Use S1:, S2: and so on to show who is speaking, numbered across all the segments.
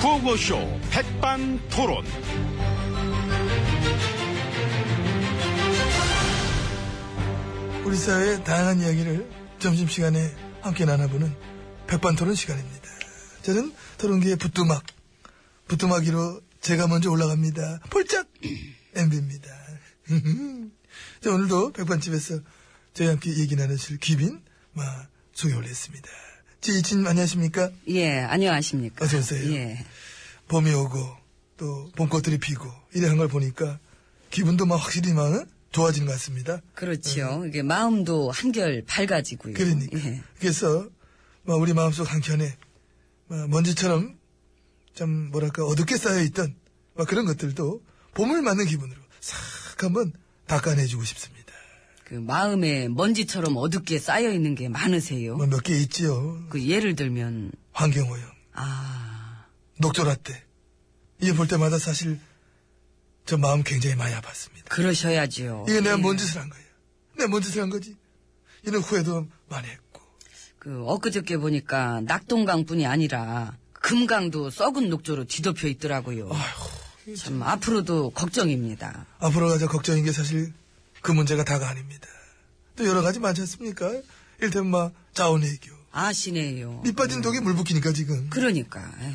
S1: 구호쇼 백반 토론.
S2: 우리 사회의 다양한 이야기를 점심시간에 함께 나눠보는 백반토론 시간입니다. 저는 토론기의 부뚜막, 부뚜막이로 제가 먼저 올라갑니다. 폴짝! MB입니다. 자, 오늘도 백반집에서 저희와 함께 얘기 나누실 귀빈, 마, 소개 올렸습니다. 지이친 안녕하십니까?
S3: 예, 안녕하십니까.
S2: 어서 오세요.
S3: 예.
S2: 봄이 오고, 또 봄꽃들이 피고, 이래 한걸 보니까 기분도 막 확실히 막 응? 좋아지는 것 같습니다.
S3: 그렇죠. 이게 마음도 한결 밝아지고요.
S2: 어. 그러니까.
S3: 예.
S2: 그래서, 뭐, 우리 마음속 한켠에, 뭐, 먼지처럼, 참, 뭐랄까, 어둡게 쌓여있던, 뭐, 그런 것들도 봄을 맞는 기분으로 싹 한번 닦아내주고 싶습니다.
S3: 그 마음에 먼지처럼 어둡게 쌓여 있는 게 많으세요.
S2: 뭐, 몇 개 있지요.
S3: 그 예를 들면
S2: 환경오염,
S3: 아,
S2: 녹조라떼. 이거 볼 때마다 사실, 저 마음 굉장히 많이 아팠습니다.
S3: 그러셔야지요.
S2: 이게 내가
S3: 예.
S2: 뭔 짓을 한 거예요. 내가 뭔 짓을 한 거지. 이런 후회도 많이 했고.
S3: 그 엊그저께 보니까 낙동강뿐이 아니라 금강도 썩은 녹조로 뒤덮여 있더라고요.
S2: 아휴,
S3: 참 앞으로도 걱정입니다.
S2: 앞으로가 저 걱정인 게 사실 그 문제가 다가 아닙니다. 또 여러 가지 많지 않습니까? 일테면 막 자원외교.
S3: 아시네요.
S2: 밑 빠진 독에 물 붓기니까 지금.
S3: 그러니까 에이,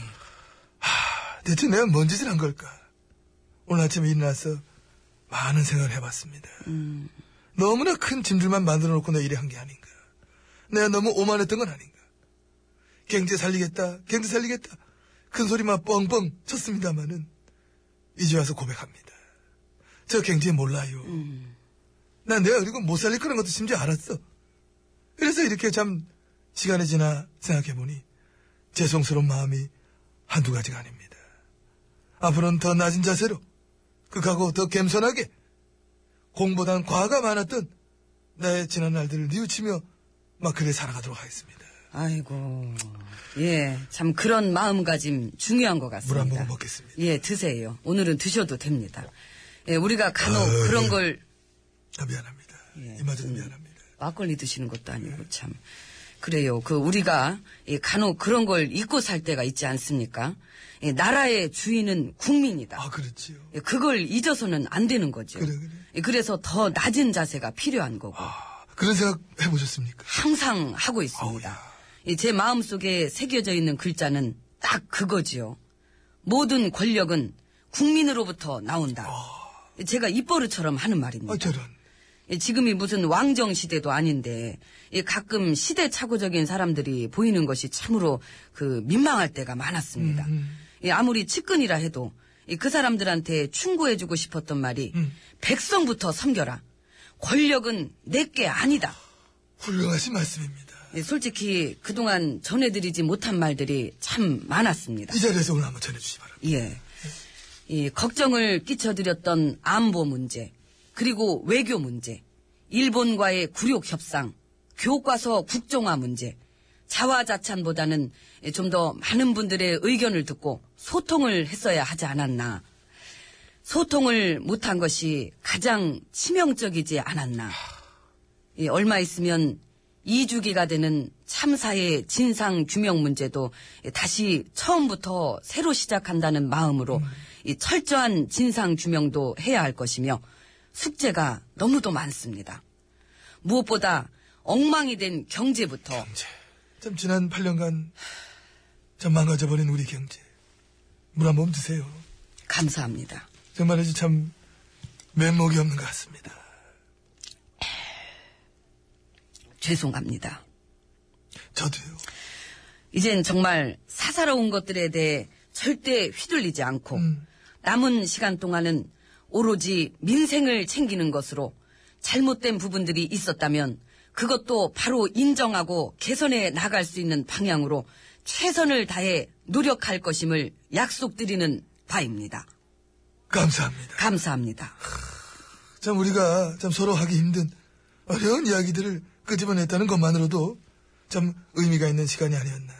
S2: 대체 내가 뭔 짓을 한 걸까? 오늘 아침에 일어나서 많은 생각을 해봤습니다. 너무나 큰 짐들만 만들어 놓고 내가 일에 한 게 아닌가. 내가 너무 오만했던 건 아닌가. 경제 살리겠다, 경제 살리겠다. 큰 소리만 뻥뻥 쳤습니다마는 이제 와서 고백합니다. 저 경제 몰라요. 난 내가 그리고 못 살릴 거라는 것도 심지어 알았어. 그래서 이렇게 참 시간이 지나 생각해보니 죄송스러운 마음이 한두 가지가 아닙니다. 앞으로는 더 낮은 자세로 극하고 더 겸손하게 공보단 과가 많았던 나의 지난 날들을 뉘우치며 막 그래 살아가도록 하겠습니다.
S3: 아이고 예, 참 그런 마음가짐 중요한 것 같습니다.
S2: 물 한 모금 먹겠습니다.
S3: 예, 드세요. 오늘은 드셔도 됩니다. 예, 우리가 간혹
S2: 아유. 예.
S3: 그런 걸
S2: 아, 미안합니다.
S3: 예,
S2: 이마저도
S3: 음.
S2: 미안합니다.
S3: 막걸리 드시는 것도 아니고 참 그래요. 그 우리가 예, 간혹 그런 걸 잊고 살 때가 있지 않습니까? 예, 나라의 주인은 국민이다.
S2: 아, 그렇지요.
S3: 예, 그걸 잊어서는 안 되는 거죠.
S2: 그래, 그래.
S3: 서더 낮은 자세가 필요한 거고
S2: 아, 그런 생각 해보셨습니까?
S3: 항상 하고 있습니다.
S2: 아우야.
S3: 예, 제 마음 속에 새겨져 있는 글자는 딱 그거지요. 모든 권력은 국민으로부터 나온다. 예, 제가 입버릇처럼 하는 말입니다.
S2: 아, 저런.
S3: 예, 지금이 무슨 왕정 시대도 아닌데 예, 가끔 시대착오적인 사람들이 보이는 것이 참으로 그 민망할 때가 많았습니다.
S2: 음,
S3: 예, 아무리 측근이라 해도 예, 그 사람들한테 충고해주고 싶었던 말이
S2: 음.
S3: 백성부터 섬겨라. 권력은 내게 아니다.
S2: 훌륭하신 말씀입니다.
S3: 예, 솔직히 그동안 전해드리지 못한 말들이 참 많았습니다.
S2: 이 자리에서 오늘 한번 전해주시기 바랍니다.
S3: 예. 이 걱정을 끼쳐드렸던 안보 문제, 그리고 외교 문제, 일본과의 굴욕 협상, 교과서 국정화 문제, 자화자찬보다는 좀 더 많은 분들의 의견을 듣고 소통을 했어야 하지 않았나. 소통을 못한 것이 가장 치명적이지 않았나. 이 얼마 있으면 2주기가 되는 참사의 진상 규명 문제도 다시 처음부터 새로 시작한다는 마음으로 이 철저한 진상 규명도 해야 할 것이며 숙제가 너무도 많습니다. 무엇보다 엉망이 된 경제부터
S2: 경제. 참 지난 8년간 참 망가져버린 우리 경제. 물 한 모금 드세요.
S3: 감사합니다.
S2: 정말이지 참 면목이 없는 것 같습니다.
S3: 죄송합니다.
S2: 저도요.
S3: 이젠 정말 사사로운 것들에 대해 절대 휘둘리지 않고
S2: 음.
S3: 남은 시간 동안은 오로지 민생을 챙기는 것으로 잘못된 부분들이 있었다면 그것도 바로 인정하고 개선해 나갈 수 있는 방향으로 최선을 다해 노력할 것임을 약속드리는 바입니다.
S2: 감사합니다.
S3: 감사합니다.
S2: 참 우리가 참 서로 하기 힘든 어려운 이야기들을 끄집어냈다는 것만으로도 참 의미가 있는 시간이 아니었나.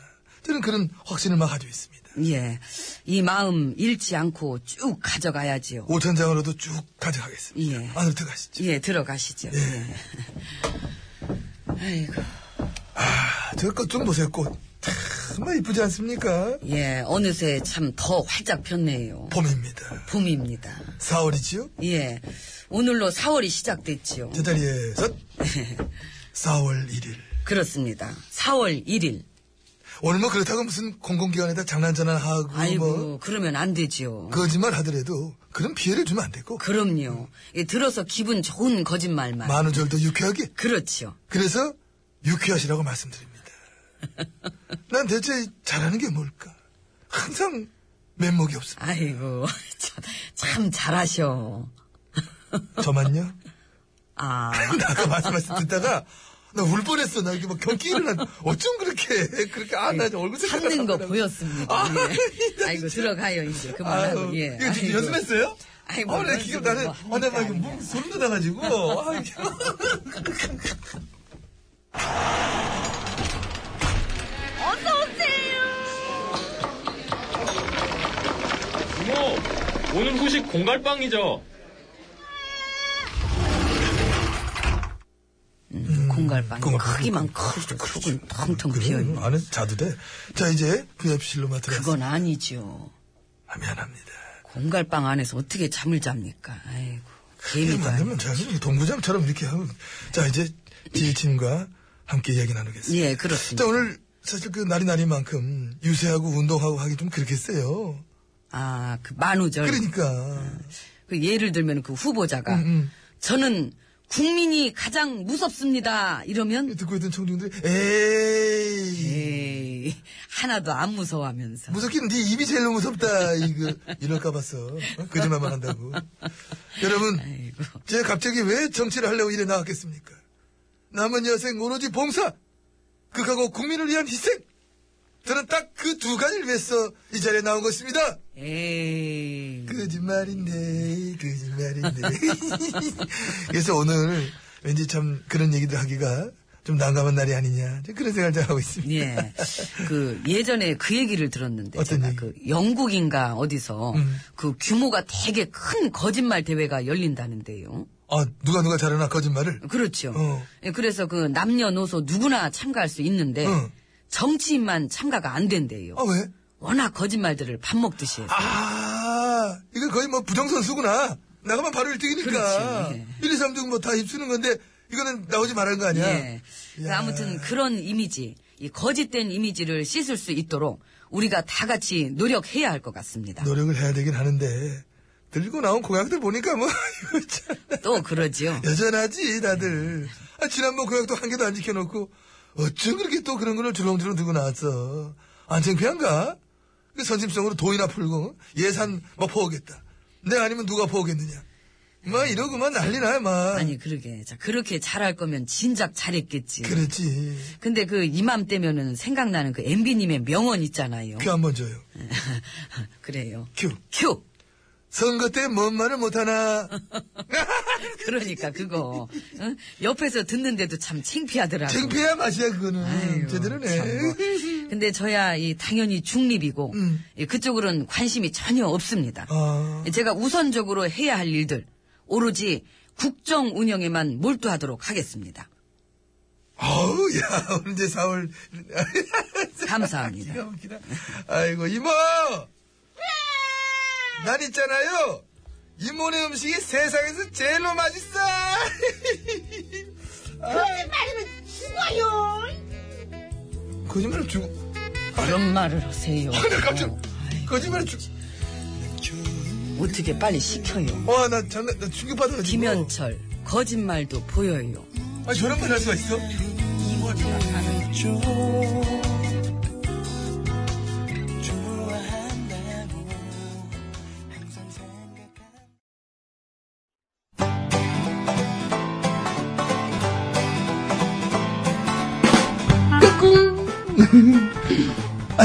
S2: 저는 그런 확신을 막 가지고 있습니다.
S3: 예. 이 마음 잃지 않고 쭉 가져가야지요.
S2: 5천 장으로도 쭉 가져가겠습니다.
S3: 예.
S2: 안으로 들어가시죠.
S3: 예, 들어가시죠. 예. 아이고.
S2: 아, 저 꽃 좀 보세요, 꽃. 참, 정말 이쁘지 않습니까?
S3: 예, 어느새 참 더 활짝 폈네요.
S2: 봄입니다.
S3: 봄입니다.
S2: 4월이지요?
S3: 예, 오늘로 4월이 시작됐지요. 네,
S2: 제자리에 서 4월 1일.
S3: 그렇습니다. 4월 1일.
S2: 오늘 뭐 그렇다고 무슨 공공기관에다 장난 전환하고 뭐
S3: 아이고, 그러면 안 되지요.
S2: 거짓말 하더라도 그런 피해를 주면 안 되고
S3: 그럼요. 예, 들어서 기분 좋은 거짓말만.
S2: 만우절도 유쾌하게
S3: 그렇죠.
S2: 그래서 유쾌하시라고 말씀드립니다. 난 대체 잘하는 게 뭘까? 항상 면목이 없습니다.
S3: 아이고, 참, 참 잘하셔.
S2: 저만요?
S3: 아,
S2: 나 아까 말씀하신 듣다가 나 울 뻔했어. 나 이게 막 경기 일어난 어쩜 그렇게 해? 그렇게 아나 얼굴 생각
S3: 찾는 거 보였습니다.
S2: 아,
S3: 예.
S2: 나
S3: 아이고,
S2: 진짜.
S3: 들어가요, 이제. 그만하고, 예.
S2: 이거 지금
S3: 아이고.
S2: 연습했어요?
S3: 아이, 뭐
S2: 어, 나
S3: 연습은
S2: 지금 나는,
S3: 뭐
S2: 아, 나
S3: 하니까
S2: 막, 목 소름 돋아가지고. 아, 이게.
S4: 이모, 뭐, 오늘 후식 공갈빵이죠?
S3: 공갈빵이
S2: 공갈빵.
S3: 크기만 크고, 크고,
S2: 그렇죠,
S3: 텅텅
S2: 그래,
S3: 비어있는.
S2: 안에 자도 돼. 자, 이제 VIP실로 마트를
S3: 그건 아니죠.
S2: 아, 미안합니다.
S3: 공갈빵 안에서 어떻게 잠을 잡니까? 아이고,
S2: 이렇게
S3: 개미도 아니고.
S2: 만들면 제가 이렇게 동부장처럼 이렇게 하면. 자, 이제 지혜진과 함께 이야기 나누겠습니다.
S3: 예,
S2: 자,
S3: 그렇습니다.
S2: 오늘 사실 그 날이 날이만큼 유세하고 운동하고 하기 좀 그렇겠어요.
S3: 아, 그 만우절.
S2: 그러니까.
S3: 그 예를 들면 그 후보자가
S2: 음,
S3: 저는 국민이 가장 무섭습니다. 이러면
S2: 듣고 있던 청중들이,
S3: 예.
S2: 에이.
S3: 에이, 하나도 안 무서워하면서.
S2: 무섭긴 네 입이 제일 무섭다 이거 그, 이럴까 봤어 어? 거짓말만 한다고 여러분
S3: 아이고.
S2: 제가 갑자기 왜 정치를 하려고 이래 나왔겠습니까 남은 여생 오로지 봉사 극하고 국민을 위한 희생 저는 딱 그 두 가지를 위해서 이 자리에 나온 것입니다
S3: 에이.
S2: 그 거짓말인데 거짓말인데 그래서 오늘 왠지 참 그런 얘기들 하기가 좀 난감한 날이 아니냐 그런 생각을 좀 하고 있습니다
S3: 예. 그 예전에 그 얘기를 들었는데
S2: 어떤
S3: 제가
S2: 얘기? 음.
S3: 그 영국인가 어디서 그 규모가 되게 큰 거짓말 대회가 열린다는데요.
S2: 아 누가 누가 잘하나 거짓말을
S3: 그렇죠.
S2: 어.
S3: 예, 그래서 그 남녀노소 누구나 참가할 수 있는데
S2: 응.
S3: 정치인만 참가가 안 된대요.
S2: 아 왜?
S3: 워낙 거짓말들을 밥 먹듯이 해서.
S2: 아, 이거 거의 뭐 부정선수구나. 나가면 바로 1등이니까.
S3: 그렇지, 예.
S2: 1, 2, 3등 뭐 다 입수는 건데, 이거는 나오지 말한 거 아니야?
S3: 예. 그
S2: 야.
S3: 아무튼 그런 이미지, 이 거짓된 이미지를 씻을 수 있도록 우리가 다 같이 노력해야 할 것 같습니다.
S2: 노력을 해야 되긴 하는데, 들고 나온 고약들 보니까 뭐, 이거 참,
S3: 또 그러지요.
S2: 여전하지, 다들. 아, 지난번 고약도 한 개도 안 지켜놓고, 어쩜 그렇게 또 그런 거를 주렁주렁 들고 나왔어. 안 창피한가? 그 선심성으로 돈이나 풀고, 예산 막 퍼오겠다. 내가 아니면 누가 퍼오겠느냐. 막 이러고만 뭐 난리나요, 막.
S3: 아니 그러게, 자 그렇게 잘할 거면 진작 잘했겠지.
S2: 그렇지.
S3: 근데 그 이맘때면은 생각나는 그 MB님의 명언 있잖아요.
S2: 큐 한 번 줘요.
S3: 그래요.
S2: 큐.
S3: 큐.
S2: 선거 때 뭔 말을 못하나.
S3: 그러니까 그거 응? 옆에서 듣는데도 참 창피하더라고.
S2: 창피해야 맛이야,
S3: 아유,
S2: 그거는. 제대로 네.
S3: 참 뭐. 근데 저야 이 당연히 중립이고
S2: 음.
S3: 이 그쪽으로는 관심이 전혀 없습니다.
S2: 아.
S3: 제가 우선적으로 해야 할 일들 오로지 국정 운영에만 몰두하도록 하겠습니다.
S2: 아우, 야, 오늘 이제 4월.
S3: 감사합니다.
S2: 아이고, 이모! 난 있잖아요! 이모네 음식이 세상에서 제일로 맛있어! 아.
S5: 말이면 죽어요.
S2: 거짓말을 주고,
S3: 그런 말을 하세요.
S2: 나 깜짝, 거짓말을 주고.
S3: 어떻게 빨리 시켜요.
S2: 와, 나 장난, 나 충격받아가지고.
S3: 김현철 거짓말도 보여요.
S2: 아, 저런 말 할 수가 있어?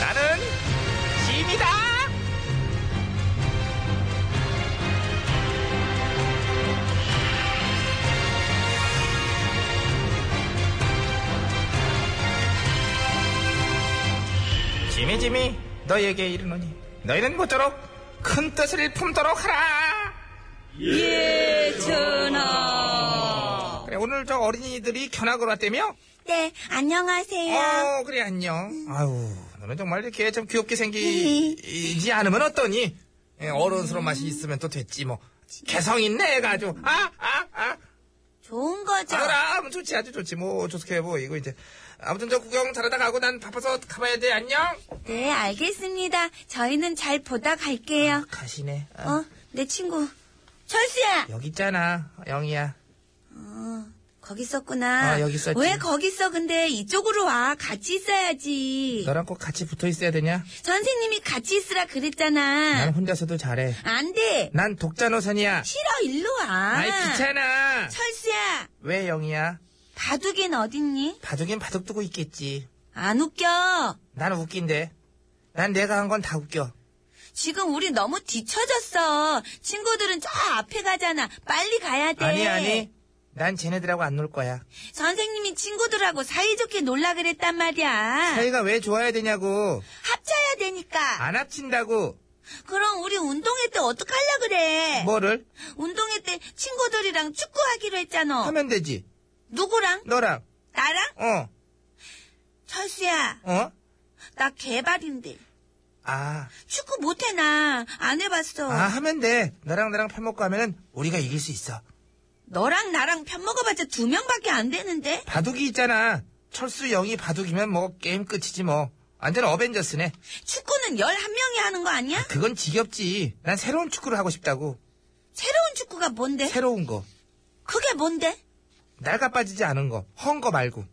S1: 나는 짐이다. 짐이 짐이 너에게 이르노니 너희는 모쪼록 큰 뜻을 품도록 하라.
S3: 예, 전하.
S1: 그래 오늘 저 어린이들이 견학을 왔다며?
S5: 네, 안녕하세요.
S1: 어 그래 안녕. 아유 너는 정말 이렇게 참 귀엽게 생기지 않으면 어떠니? 예, 어른스러운 맛이 있으면 또 됐지 뭐. 개성 있네 애가 아주. 아아 아. 아.
S5: 좋은 거죠?
S1: 아, 그럼 좋지, 아주 좋지. 뭐, 좋게 보이고, 이제. 아무튼 저 구경 잘하다 가고 난 바빠서 가봐야 돼. 안녕!
S5: 네, 알겠습니다. 저희는 잘 보다 갈게요.
S1: 가시네. 아,
S5: 어, 내 친구. 철수야!
S1: 여기 있잖아. 영희야.
S5: 거기 있었구나.
S1: 아, 여기 있었지.
S5: 왜 거기 있어? 근데 이쪽으로 와. 같이 있어야지.
S1: 너랑 꼭 같이 붙어 있어야 되냐?
S5: 선생님이 같이 있으라 그랬잖아.
S1: 난 혼자서도 잘해.
S5: 안 돼.
S1: 난 독자 노선이야.
S5: 싫어, 일로 와.
S1: 아이, 귀찮아.
S5: 철수야,
S1: 왜 영희야?
S5: 바둑엔 어딨니?
S1: 바둑엔 바둑 두고 있겠지.
S5: 안 웃겨.
S1: 난 웃긴데. 난 내가 한 건 다 웃겨.
S5: 지금 우리 너무 뒤쳐졌어. 친구들은 저 앞에 가잖아. 빨리 가야 돼.
S1: 아니, 아니. 난 쟤네들하고 안 놀 거야.
S5: 선생님이 친구들하고 사이좋게 놀라 그랬단 말이야.
S1: 사이가 아. 왜 좋아야 되냐고.
S5: 합쳐야 되니까.
S1: 안 합친다고.
S5: 그럼 우리 운동회 때 어떡하려 그래?
S1: 뭐를?
S5: 운동회 때 친구들이랑 축구하기로 했잖아.
S1: 하면 되지.
S5: 누구랑?
S1: 너랑.
S5: 나랑?
S1: 어.
S5: 철수야,
S1: 어?
S5: 나 개발인데.
S1: 아,
S5: 축구 못해, 나. 안 해봤어.
S1: 아, 하면 돼. 너랑 나랑 편먹고 하면은 우리가 이길 수 있어.
S5: 너랑 나랑 편 먹어봤자 두 명밖에 안 되는데?
S1: 바둑이 있잖아. 철수 영이 바둑이면 뭐 게임 끝이지 뭐. 완전 어벤져스네.
S5: 축구는 11명이 하는 거 아니야?
S1: 그건 지겹지. 난 새로운 축구를 하고 싶다고.
S5: 새로운 축구가 뭔데?
S1: 새로운 거.
S5: 그게 뭔데?
S1: 날가 빠지지 않은 거. 헌 거 말고.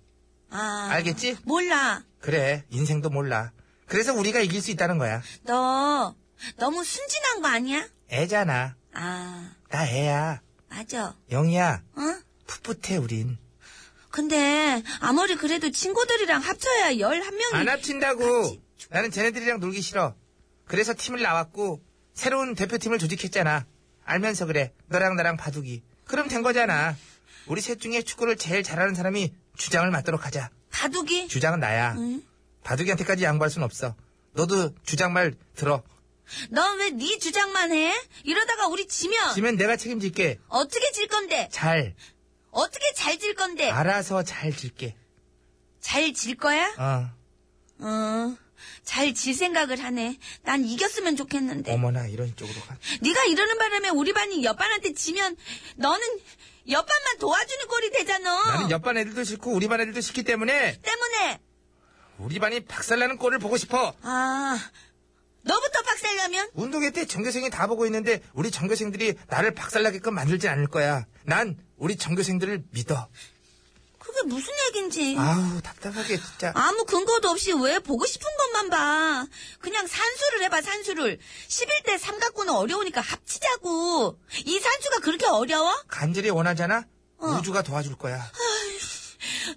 S5: 아.
S1: 알겠지?
S5: 몰라.
S1: 그래. 인생도 몰라. 그래서 우리가 이길 수 있다는 거야.
S5: 너 너무 순진한 거 아니야?
S1: 애잖아.
S5: 아,
S1: 나 애야.
S5: 맞아.
S1: 영이야.
S5: 어?
S1: 풋풋해 우린.
S5: 근데 아무리 그래도 친구들이랑 합쳐야 11명이
S1: 안 합친다고. 나는 쟤네들이랑 놀기 싫어. 그래서 팀을 나왔고 새로운 대표팀을 조직했잖아. 알면서 그래. 너랑 나랑 바둑이. 그럼 된 거잖아. 우리 셋 중에 축구를 제일 잘하는 사람이 주장을 맡도록 하자.
S5: 바둑이
S1: 주장은 나야. 바둑이한테까지 양보할 순 없어. 너도 주장 말 들어.
S5: 넌 왜 네 주장만 해? 이러다가 우리 지면
S1: 지면 내가 책임질게.
S5: 어떻게 질 건데?
S1: 잘.
S5: 어떻게 잘 질 건데?
S1: 알아서 잘 질게.
S5: 잘 질 거야?
S1: 어.
S5: 어. 잘 질 생각을 하네. 난 이겼으면 좋겠는데.
S1: 어머나 이런 쪽으로 가.
S5: 네가 이러는 바람에 우리 반이 옆반한테 지면 너는 옆반만 도와주는 꼴이 되잖아.
S1: 나는 옆반 애들도 싫고 우리 반 애들도 싫기 때문에
S5: 때문에
S1: 우리 반이 박살나는 꼴을 보고 싶어.
S5: 아, 너부터 박살나면?
S1: 운동회 때 전교생이 다 보고 있는데 우리 전교생들이 나를 박살나게끔 만들지 않을 거야. 난 우리 전교생들을 믿어.
S5: 그게 무슨 얘긴지.
S1: 아우 답답하게 진짜.
S5: 아무 근거도 없이 왜 보고 싶은 것만 봐. 그냥 산수를 해봐, 산수를. 11대 삼각구는 어려우니까 합치자고. 이 산수가 그렇게 어려워?
S1: 간절히 원하잖아. 우주가 도와줄 거야.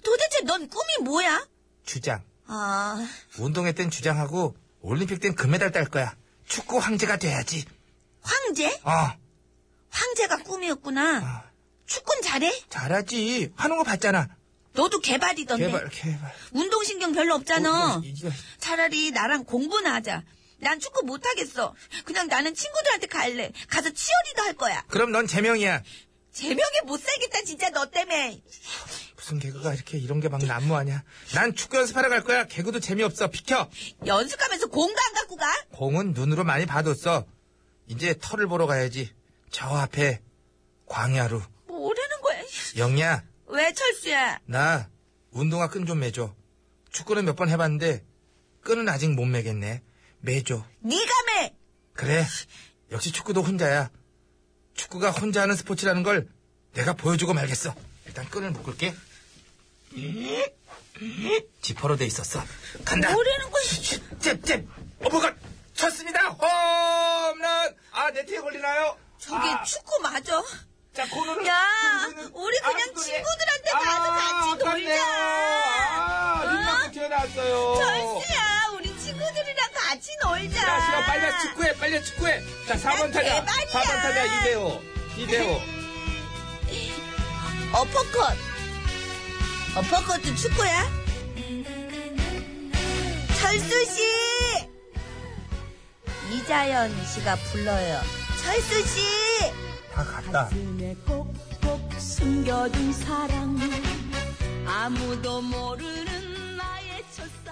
S5: 도대체 넌 꿈이 뭐야?
S1: 주장.
S5: 아,
S1: 운동회 땐 주장하고 올림픽 땐 금메달 딸 거야. 축구 황제가 돼야지.
S5: 황제?
S1: 어
S5: 황제가 꿈이었구나.
S1: 아.
S5: 축구는 잘해?
S1: 잘하지. 하는 거 봤잖아.
S5: 너도 개발이던데.
S1: 개발 개발.
S5: 운동신경 별로 네. 없잖아.
S1: 어, 이거, 이거.
S5: 차라리 나랑 공부나 하자. 난 축구 못하겠어. 그냥 나는 친구들한테 갈래. 가서 치어리더 할 거야.
S1: 그럼 넌 제명이야.
S5: 제명에 못 살겠다, 진짜 너 때문에.
S1: 무슨 개그가 이렇게 이런 게 막 난무하냐. 난 축구 연습하러 갈 거야. 개그도 재미없어. 비켜.
S5: 연습하면서 공도 안 갖고 가?
S1: 공은 눈으로 많이 봐뒀어. 이제 털을 보러 가야지. 저 앞에 광야루. 영야,
S5: 왜 철수야?
S1: 나 운동화 끈 좀 매줘. 축구는 몇 번 해봤는데 끈은 아직 못 매겠네. 매줘.
S5: 네가 매.
S1: 그래. 역시 축구도 혼자야. 축구가 혼자 하는 스포츠라는 걸 내가 보여주고 말겠어. 일단 끈을 묶을게. 지퍼로 돼 있었어. 간다.
S5: 뭐라는 거야?
S1: 잽잽. 어머가 쳤습니다. 홈런. 아 네트에 걸리나요?
S5: 저게
S1: 아,
S5: 축구
S4: 어.
S5: 맞아?
S1: 자 코너를.
S5: 야,
S1: 누르는
S5: 우리 그냥
S1: 아름다운
S5: 친구들한테
S1: 아,
S5: 가서 같이
S1: 아깝네요.
S5: 놀자.
S1: 아, 눈만 붙여 놨어요.
S5: 철수야, 우리 친구들이랑 같이 놀자.
S4: 야, 싫어. 빨리 축구해. 빨리 축구해. 자, 4번 타자.
S5: 대박이야.
S4: 4번 타자 이대호. 이대호.
S5: 어퍼컷. 어퍼컷도 축구야? 철수 씨! 이자연 씨가 불러요. 철수 씨!
S1: 다 갔다.
S6: 가슴에 꼭꼭 숨겨둔 사랑 아무도 모르는 나의 첫사랑